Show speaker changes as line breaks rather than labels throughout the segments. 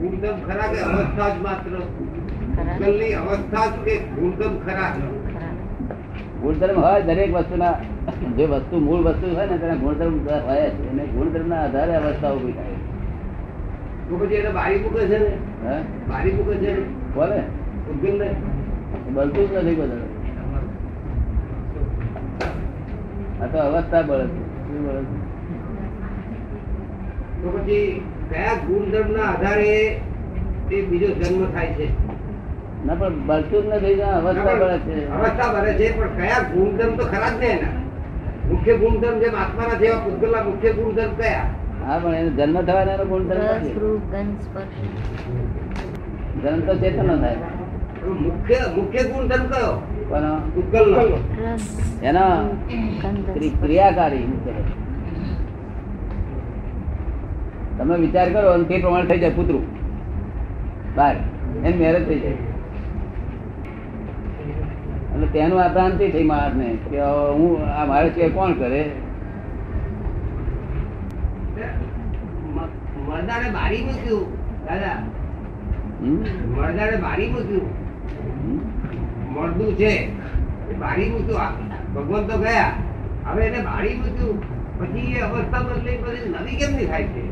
ગુણધમ ખરા કે અવસ્થા જ માત્ર
ખરા.
જલની અવસ્થા જ કે ગુણધમ ખરા
ખરા.
ગુણધર્મ હોય દરેક વસ્તુના જે વસ્તુ મૂળ વસ્તુ હોય ને તેના ગુણધર્મ હોય જ અને ગુણધર્મના આધારે અવસ્થા ઊભી થાય
તો પછી એને બારી મૂકે છે ને
હા
બારી મૂકે છે ને
બોલે
ઉદ્ગલને.
બળતું જ નથી બધું આ તો અવસ્થા બળે છે શું બળે છે?
તો પછી કયા ગુણધર્મના આધારે તે બીજો જન્મ થાય છે
ના પણ બળતું જ નથી આ અવસ્થા બળે છે
અવસ્થા બને છે પણ કયા ગુણધર્મ તો ખરા જ ને એના મુખ્ય ગુણધર્મ જેમ આત્માના જેવા પૂતગલના મુખ્ય ગુણધર્મ કયા
હા પણ એનો જન્મ થવાનો એનો ગુણધર્મ
રસ,
નથી.
રૂપ, ગંધ, સ્પર્શ.
જન્મ તો ચેતનનો થાય
તો મુખ્ય મુખ્ય ગુણધર્મ કયો
પણ
પૂતગલનો
રસ,
એનો
રૂપ, ગંધ,
ક્રિ-
સ્પર્શ.
ક્રિયાકારી મુખ્ય છે. તમે વિચાર કરો અને તે પ્રમાણે થઈ જાય પુતરું બાર એની મેરેજ થઈ જાય એટલે તેનું આ ભ્રાંતિ થઈ માણસને કે હવે હું આ મારે સિવાય કોણ કરે
મ- મરદાને બારી મૂક્યું દાદા
હમ?
મરદાને બારી મૂક્યું
હમ?
મળતું છે એ બારી મૂક્યું આ ભગવાન તો ગયા હવે એને બારી મૂક્યું પછી એ અવસ્થા બદલી પછી નવી કેમ નહીં થાય છે એ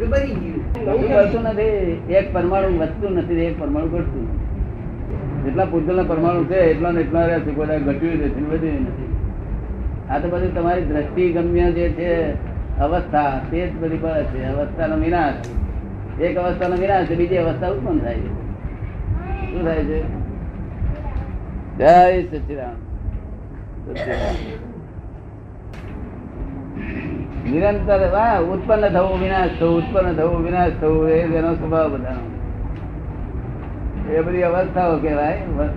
તો બની
કશું
ગયું
કરતું નથી એક પરમાણુ વધતું નથી એક પરમાણુ ઘટતું જેટલા પૂતગલના પરમાણુ છે એટલા ને એટલા રહ્યા છે બધા ઘટ્યું નથી ને વધ્યું નથી આ તો બધું તમારી દ્રષ્ટિ ગમ્ય જે છે અવસ્થા તે જ બધી બળ છે અવસ્થાનો વિનાશ એક અવસ્થાનો વિનાશ છે, બીજી અવસ્થા ઉત્પન્ન થાય છે શું થાય છે જય સચિરામ નિરંતર હા ઉત્પન્ન થવું વિનાશ થવું ઉત્પન્ન થવું વિનાશ થવું એ જ એનો સ્વભાવ બધાનો એ બધી અવસ્થાઓ કહેવાય વ-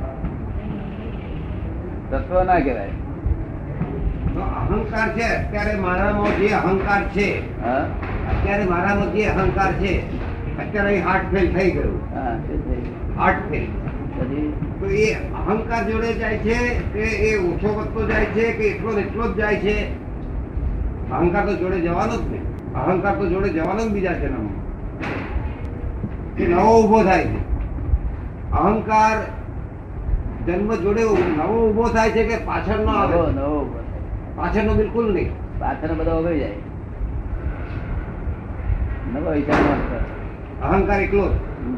તત્વ ના કહેવાય
તો અહંકાર છે અત્યારે મારામાં જે અહંકાર છે
હા
અત્યારે મારામાં જે અહંકાર છે અત્યારે અહીં હાર્ટ ફેલ થઈ ગયું
હા તે થઈ ગયું.
હાર્ટ ફેલ
પછી
તો એ અહંકાર જોડે જાય છે કે એ ઓછો વધતો જાય છે કે એટલો ને એટલો જ જાય છે અહંકાર તો જોડે જવાનો જ ને અહંકાર તો જોડે જવાનો જ બીજા છે એ નવો ઊભો થાય છે અહંકાર જન્મ જોડે નવો ઊભો થાય છે કે પાછળનો આવે
નવો નવો ઉભો થાય.
પાછળનો બિલકુલ નહીં
પાછળ બધો ઓગળી જાય નવો વિચાર નો અંતર.
અહંકાર એકલો જ.
હમ.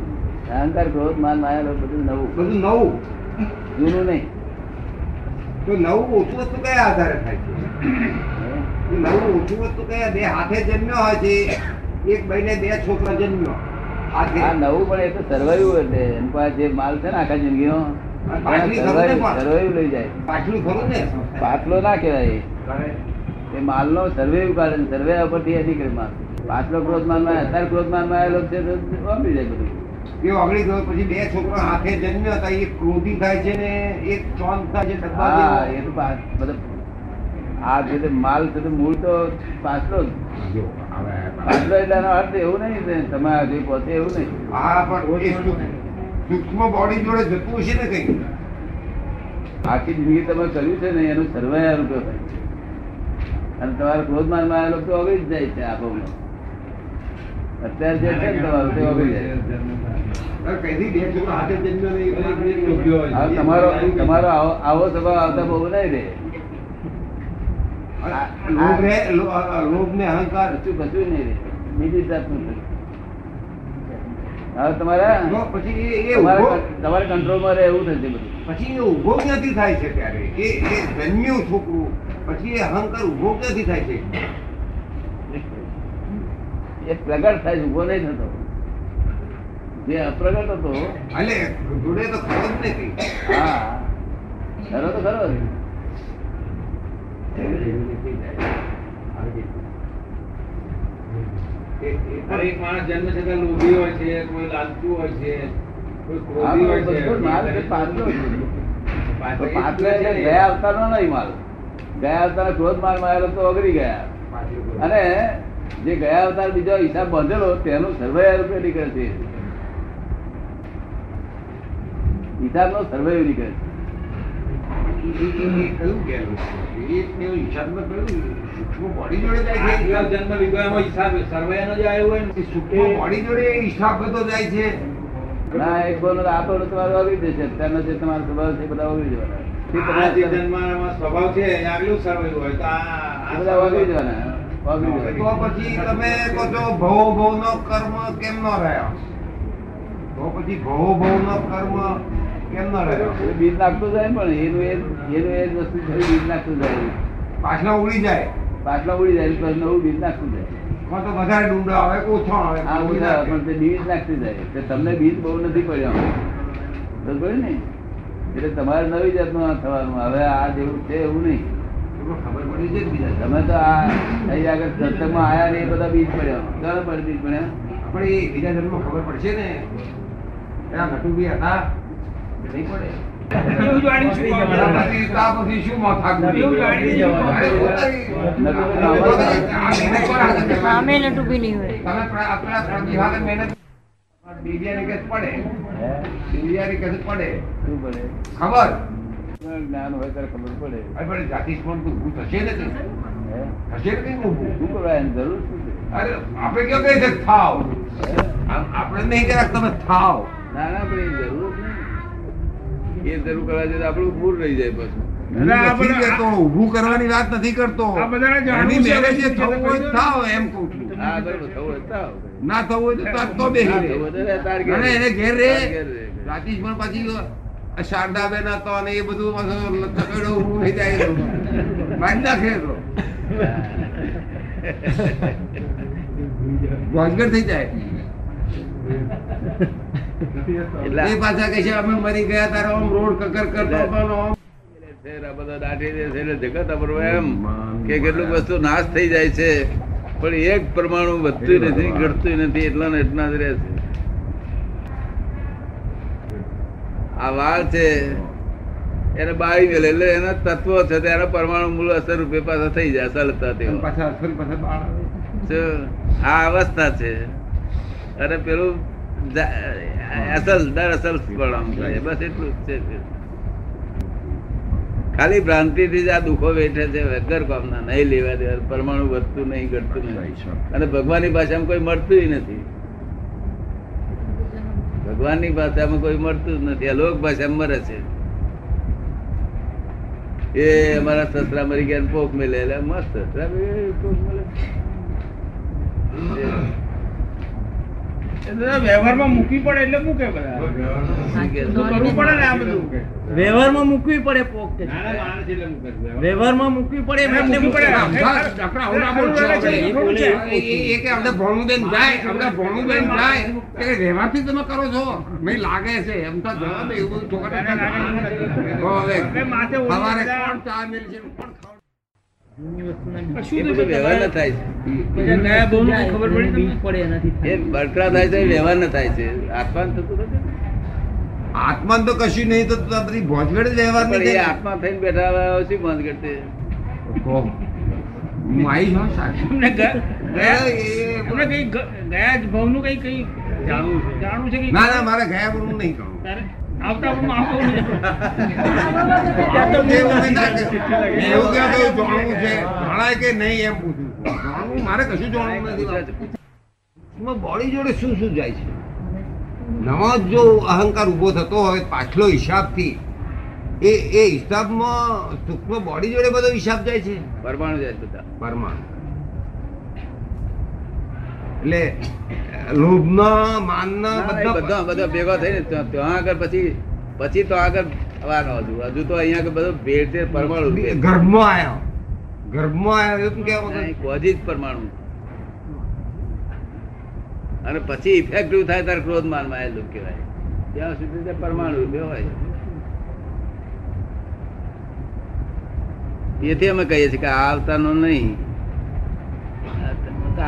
અહંકાર ક્રોધ માન માયા લોભ બધું નવું
બધું નવું
જૂનું નહીં
તો નવું ઓછું વસ્તુ કયા આધારે થાય છે
હે?
નવું ઓછું વસ્તુ કયા બે હાથે જન્મ્યો હોય છે એક ભાઈને બે છોકરા જન્મ્યો હાથે
આ નવું પણ એ તો survival એટલે એની પાસે જે માલ છે ને આખા જિંદગીનો
પાટલી ખરું ને પણ?
સર્વાઈવ લઈ જાય
પાછલું ખરું ને
પાટલો ના કહેવાય એ માલનો સર્વેવ કારણ સર્વે ઉપરથી એ નીકળે માલ પાછલો ક્રોધ માલ માં અત્યારે ક્રોધ માલ માં આવેલો છે તો ઓગળી જાય બધું
એ ઓગળી ગયો પછી બે છોકરા હાથે જન્મ્યો હતા એક ક્રોધી થાય છે ને એક ચોન થાય છે ડબ્બા
હા
જેવો.
એ તો પા- મતલબ આ જે તે માલ છે તે મૂળ તો પાછલો જ.
જો, હવે-
પાછલો એટલે એનો અર્થ એવું નહીં કે તમે આ જે પહોંચે એવું નહીં
હા પણ એ સૂક્ષ્મ- સૂક્ષ્મ બોડી જોડે જતું હશે ને કઈ
આખી જિંદગી તમે કર્યું છે ને એનું સર્વે રૂપે હોય અને તમારો ક્રોધ માલ માં આવેલો તો ઓગળી જ જાય છે આપોમાં અત્યારે જે છે ને તમારું તે ઓગળી જાય
કઈથી બે છોકરા હાથે જન્મ્યો ને એક- એક- એક જન્મ્યો હોય.
હવે તમારો તમારો આવો આવો સ્વભાવ આવતા બહુ નહીં રહે
આ લોભ રે- લો- આ લોભ ને અહંકાર
કશું કશું નહીં રહે બીજી જાતનું થયું. હવે તમારા
તો પછી એ- એ
તમારા
ઉભો-
તમારા કંટ્રોલમાં રહે એવું થશે બધું
પછી એ ઉભો ક્યાંથી થાય છે ત્યારે એ એ જન્મ્યું છોકરું પછી એ અહંકાર ઉભો ક્યાંથી થાય છે
એ પ્રગટ થાય છે ઊભો નહીં થતો જે અપ્રગટ હતો
એટલે જોડે તો ખરો જ નથી
હા ખરો તો ખરો જ.
એ- એ પણ
દરેક માણસ જન્મ થતા લોભી હોય છે કોઈ લાલચુ હોય છે કોઈ
આ
ક્રોધી હોય છે
બધો માલ છે પાછલો જ.
પાછળ
પણ
એ
પાછલો એટલે
છે ને,
ગયા અવતારનો નહીં માલ ગયા અવતાર ક્રોધ માલ મારેલો તો ઓગળી ગયા
એક-
અને જે ગયા અવતાર બીજો હિસાબ બાંધેલો તેનો સર્વે રૂપે નીકળે છે હિસાબનો survey નીકળે છે
એ- એ- એ કયું ગયેલું છે? એ કયું હિસાબમાં કયું? હું બોડી જોડે જાય
આટલા
છે
જન્મ લીધો એમાં હિસાબ સરવાયાનો જ આવ્યો હોય ને
હું બોડી જોડે હિસાબ થતો જાય છે
ના એ બોલો તો આ બોલો તમારું આવી જશે અત્યારનો જે તમારો સ્વભાવ છે એ બધા આવી જવાના એ
આ જે
તમારા-
જન્મમાં સ્વભાવ છે એ આગલું સરવાયું હોય તો આ-
એ
આ
બધા આવી જવાના આવી
તો
જવાના
પછી તમે કહો છો ભવો ભવનો કર્મ કેમ ન રહ્યો તો પછી ભવો ભવનો કર્મ કેમ ન રહ્યો
એ બીજ નાખતો જાય ને પણ એનું એ એનું એ જ વસ્તુ છે બીજ નાખતું જાય
પાછલા ઉડી જાય
પાટલા ઉડી જાય પછી નવું બીજ નાખતું જાય
કાં તો વધારે ડુંડા આવે કે ઓછા આવે
આ
ઉડી
ઉડા
નાખે.
પણ તે બીજ નાખતી જાય એટલે તમને બીજ બહુ નથી પડ્યો બરોબર ને એટલે તમારે નવી જાતનું આ થવાનું હવે આ જેવું છે એવું નહીં
તમને ખબર પડી છે જ બીજા જન્મ.
તમે તો આ અહીં આગળ સત્સંગમાં આયા ને એ બધા બીજ પડ્યા ચાલો પણ બીજ પડ્યા
આપણે એ બીજા જન્મ ખબર પડશે ને એના નટુભી હતા કે નહીં પડે
એવું જાણી શું
ત્યાં
કામ?
પછી- ત્યાં પછી શું માથાકૂટ?
એવું જાણી શું કામ?
અરે પોતાની- આ મહેનત કોણ હાથે
હા,
કરવાની?
અમે નટુભી નહીં હોય
તમે પ્ર- આપણા પ્રતિભાને મહેનત બીજાની કેસ પડે
હે?
બીજાની કેસ પડે
શું પડે
ખબર
જ્ઞાન હોય ત્યારે ખબર પડે
અરે પણ જાતિ સ્મરણ તો ભૂત હશે ને કંઈ?
હે?
હશે ને કંઈ ઊભું?
શું કરવા એની જરૂર શું છે
અરે આપણે કયો કહે છે થાવ
હે?
આમ આપણે નહીં કહેતા કે તમે થાવ
ના ના પણ એ જરૂર નહીં એ જરૂર કરવા જોઈએ તો આપણું મૂળ રહી જાય પાછું
હું નથી કહેતો, ઊભું કરવાની વાત નથી કરતો
આ બધાને જાણવું
એની
છે,
મેરે
હવે
જે
શું
થવું
છે
હોય
બધું?
થાવ એમ કહું છું
હા બરોબર થવું હોય તો આવું.
ના થવું હોય તો તાર તો બેસી રહે.
ના થવું હોય તો રે, તાર ઘેર.
અને એને ઘેર રે
તાર ઘેર રે.
રાતીશ પણ પાછી શારદા બેન હતો અને એ બધું પાછું લથકડો ઊભું થઈ જાય એ બધું. બાંધી નાખે એ તો. ભોજગર થઈ જાય
એટલે
એ પાછા કહે છે અમે મરી ગયા તારો આમ રોડ કકર કરતો હતો ને આમ.
શેર આ બધા દાટી દે છે એટલે જગત આપણું એમ કે કેટલુક વસ્તુ નાશ થઈ જાય છે પણ એક પરમાણુ વધતું નથી ઘટતું નથી એટલા ને એટલા જ રહે છે આ વાળ છે એને બાળી ગયેલ એટલે એના તત્વો છે ત્યારે પરમાણુ મૂળ અસર રૂપે પાછા થઈ જાય સલતા તેઓ
અને પાછા ફરી પાછા બાળ આવે.
જો આ અવસ્થા છે અને પેલું જા- અસલ દર અસલ પરમાણુ થાય. બસ એટલું જ છે ખાલી ભ્રાંતિથી જ આ દુઃખો વેઠે છે વગર કામના નહીં લેવા દેવા પરમાણુ વધતું નહીં ઘટતું નહીં અને ભગવાનની ભાષામાં કોઈ મળતું નથી ભગવાનની ભાષામાં કોઈ મળતું જ નથી આ લોક ભાષામાં મરે છે એ અમારા સસરા મરી ગયા ને પોક મેલે એટલે મસ્ત સસરા મરી ગયા, પોક મેલે.
એટલે તો વ્યવહારમાં મૂકવી પડે એટલે મૂકે બધા
શું કે?
તો કરવું પડે ને આ બધું વ્યવહારમાં મૂકવી પડે પોક
નાના માણસ એટલે મૂકે છે.
વ્યવહારમાં મૂકવી પડે એમ
એમને
એટલે
મૂકી પડે.
મૂકવી પડે.
આમ ડફરા આવડા બોલ છો આપણે. એ- એ- એ કે આપણે ભોણુબેન જાય આપણે ભોણુબેન જાય તે કે રહેવાથી તમે કરો છો મને લાગે છે એમ તો જવાબ એવું બધું છોકરાને તો હવે
આપણે માથે ઓળું
સવારે
બધા-
કોણ ચા મેલશે કોણ ખાવડાવશે?
શું
એ
થયું
બધું વ્યવહાર ન
તમારે?
થાય છે
બધા કયા બહુનું કંઈ ખબર પડી તમને?
એ બળતરા થાય છે એ વ્યવહાર ન થાય છે આત્મા થતું નથી ને.
આત્માન તો કશું નહીં તો તો બધી ભોજગડ જ વ્યવહાર
પણ
નહીં
એ
થાય.
આત્મા થઈને બેઠા હોય શું બંધ કરશે?
ઓહો. હું આવી છું સાચી.
તમને ગ- ગયા-
એ-
તમને કંઈ ગ- ગયા જ ભાવનું કંઈ- કંઈ જાણવું છે? જાણવું છે કંઈ?
ના ના મારે ગયા પણ હું નહીં કહું
તારે આવતા ભાવમાં આ ભાવનું
એવું
જાણવું છે.
કહેવાય ના કે- એવું કહેવાય કે જાણવું છે જાણાય કે નહીં એમ પૂછું છું. જાણવું મારે કશું જાણવું નથી એમાં બોડી જોડે શું શું જાય છે નવો જ જો અહંકાર ઉભો થતો હોય પાછલો હિસાબથી એ એ હિસાબમાં સૂક્ષ્મ બોડી જોડે બધો હિસાબ જાય છે
પરમાણુ જાય છે બધા
પરમાણુ એટલે લોભના માનના
ના, એ
બધા
બધા બધા ભેગા થઈને ત્યાં ત્યાં આગળ પછી પછી તો આગળ આવવાનો હજુ હજુ તો અહીંયા આગળ બધો ભેળ છે પરમાણુ રૂપે.
ગર્ભમાં આવ્યો ગર્ભમાં આવ્યો એમ કહેવા
ના, એ
વગર
કોઝી જ પરમાણુ અને પછી ઇફેક્ટિવ થાય ત્યારે ક્રોધ માનમાં આવેલું કહેવાય ત્યાં સુધી તે પરમાણુ રૂપે હોય એથી અમે કહીએ છીએ કે આ અવતારનો નહીં આ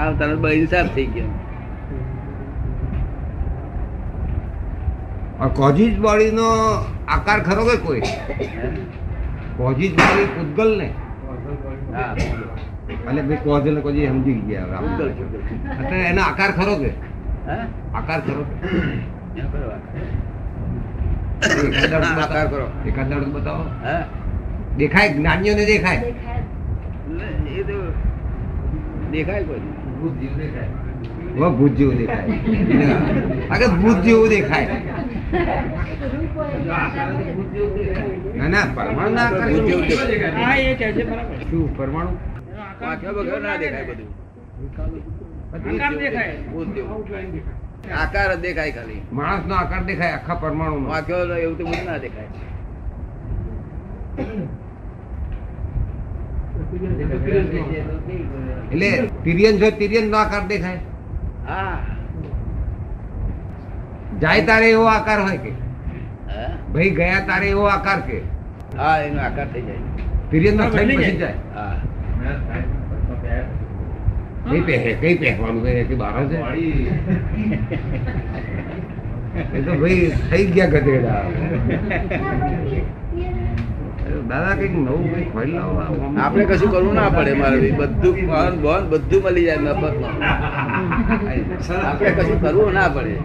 અવતારનો બહિસાબ થઈ ગયો
આ કોઝિજ બોડીનો આકાર ખરો કે કોઈ
હે?
કોઝિજ બોડી પૂતગલ ને
હા
એટલે ભાઈ કોઝલ ને કોઝી સમજી ગયા હવે આપણે.
ઉગલ ચુગલ.
એટલે એનો આકાર ખરો કે
હા?
આકાર ખરો કે?
એના પર
એકાદ
વાત.
દાડો
હા, આકાર ખરો.
એકાદ દાડો બતાવો
હા?
દેખાય જ્ઞાનીઓને દેખાય
એટલે એ તો દેખાય કોઈ ને.
ભૂત જીવ દેખાય
હવે ભૂત જેવું દેખાય આગળ ભૂત જેવું દેખાય
જો આ કારણે ભૂત જેવું દેખાય
ના ના પરમાણુ ના આકાર
ભૂત જેવું
શું?
દેખાય.
હા એ કહે છે બરાબર
શું પરમાણુ
એનો આકાર
વાંખ્યા વગર ના દેખાય બધું
આકાર દેખાય.
ભૂત જેવું. આકાર જ દેખાય ખાલી
માણસ નો આકાર દેખાય આખા પરમાણુ
વાંખ્યો હોય એવું તો બધું ના દેખાય
ભૂત જેવું દેખાય તો કેવી કરે?
એટલે તિર્યન જો તિર્યન નો આકાર દેખાય
હા
જાય તારે એવો આકાર હોય કે
હા?
ભાઈ ગયા તારે એવો આકાર કે
હા એનો આકાર થઈ જાય
તિર્યન નો
હા, બદલી
પછી
જાય.
જાય
હા
હમણાં સાહેબ તો પહેર.
કઈ પહેરે કઈ પહેરવાનું કઈ એથી બહાર છે
વાળી.
એ તો ભાઈ થઈ ગયા ગધેડા દાદા કઈક નવું કઈ ખોઈ લાવો આ ઓમ.
આપણે કશું કરવું ના પડે મારે બધું ફોન બોન બધું મળી જાય મફતમાં આપણે કશું કરવું ના પડે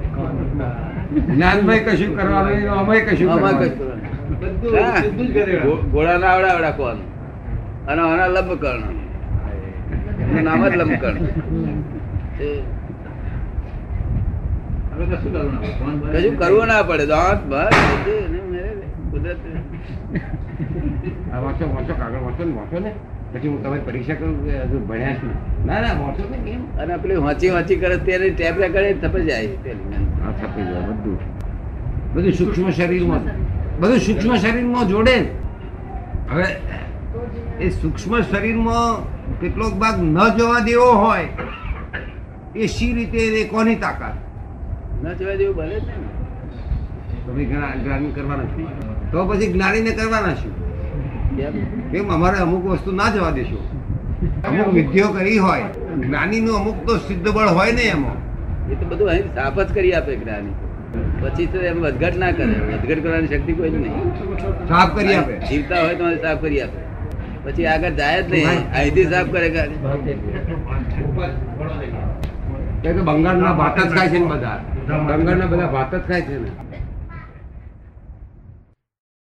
જ્ઞાનભાઈ કશું કરવાનું નહીં, અમાય કશું
આમાં કશું
કરવાનું
કરવાનું નહીં.
બધું
હા.
બધું જ કરે
ગો- ઘોડાના આવડા આવડા કોણ અને આના લંબકર્ણ એનું નામ જ લંબકર્ણ એ
આપણે કશું કરવું ના ફોન બંધ.
કશું કરવું ના પડે દાંત બસ બધું એનું મેળે. કુદરત
આ વાંચો વાંચો કાગળ વાંચો ને વાંચો ને પછી હું તમારી પરીક્ષા કરું કે હજુ ભણ્યા છું ના ના વાંચો ને કેમ
અને પેલી વાંચી વાંચી કરે ત્યારે ટેપ કરે થપી જાય પેલી.
આ થપી જાય બધું બધું સૂક્ષ્મ શરીરમાં બધું સૂક્ષ્મ શરીરમાં જોડે ને. હવે એ સૂક્ષ્મ શરીરમાં કેટલોક ભાગ ન જવા દેવો હોય એ શી રીતે એ કોની તાકાત
ન જોવા જેવું બને જ નહીં
તમે ઘણા જ્ઞાની કરવાના છો તો પછી જ્ઞાનીને કરવાના છો
ને. કેમ?
કેમ અમારે અમુક વસ્તુ ના જવા દેશો અમુક વિધિઓ કરી હોય જ્ઞાનીનું અમુક તો સિદ્ધ બળ હોય ને એમાં
એ તો બધું અહીં સાફ જ કરી આપે જ્ઞાની પછી તો એમ વધઘટ ના કરે વધઘટ કરવાની શક્તિ કોઈ જ નહીં
સાફ કરી આપે
જીવતા હોય તો સાફ કરી આપે પછી આગળ જાય જ નહીં અહીંથી સાફ કરે ગાડી.
એ તો બંગાળના ભાત જ ખાય છે ને બધા બંગાળના બધા ભાત જ ખાય છે ને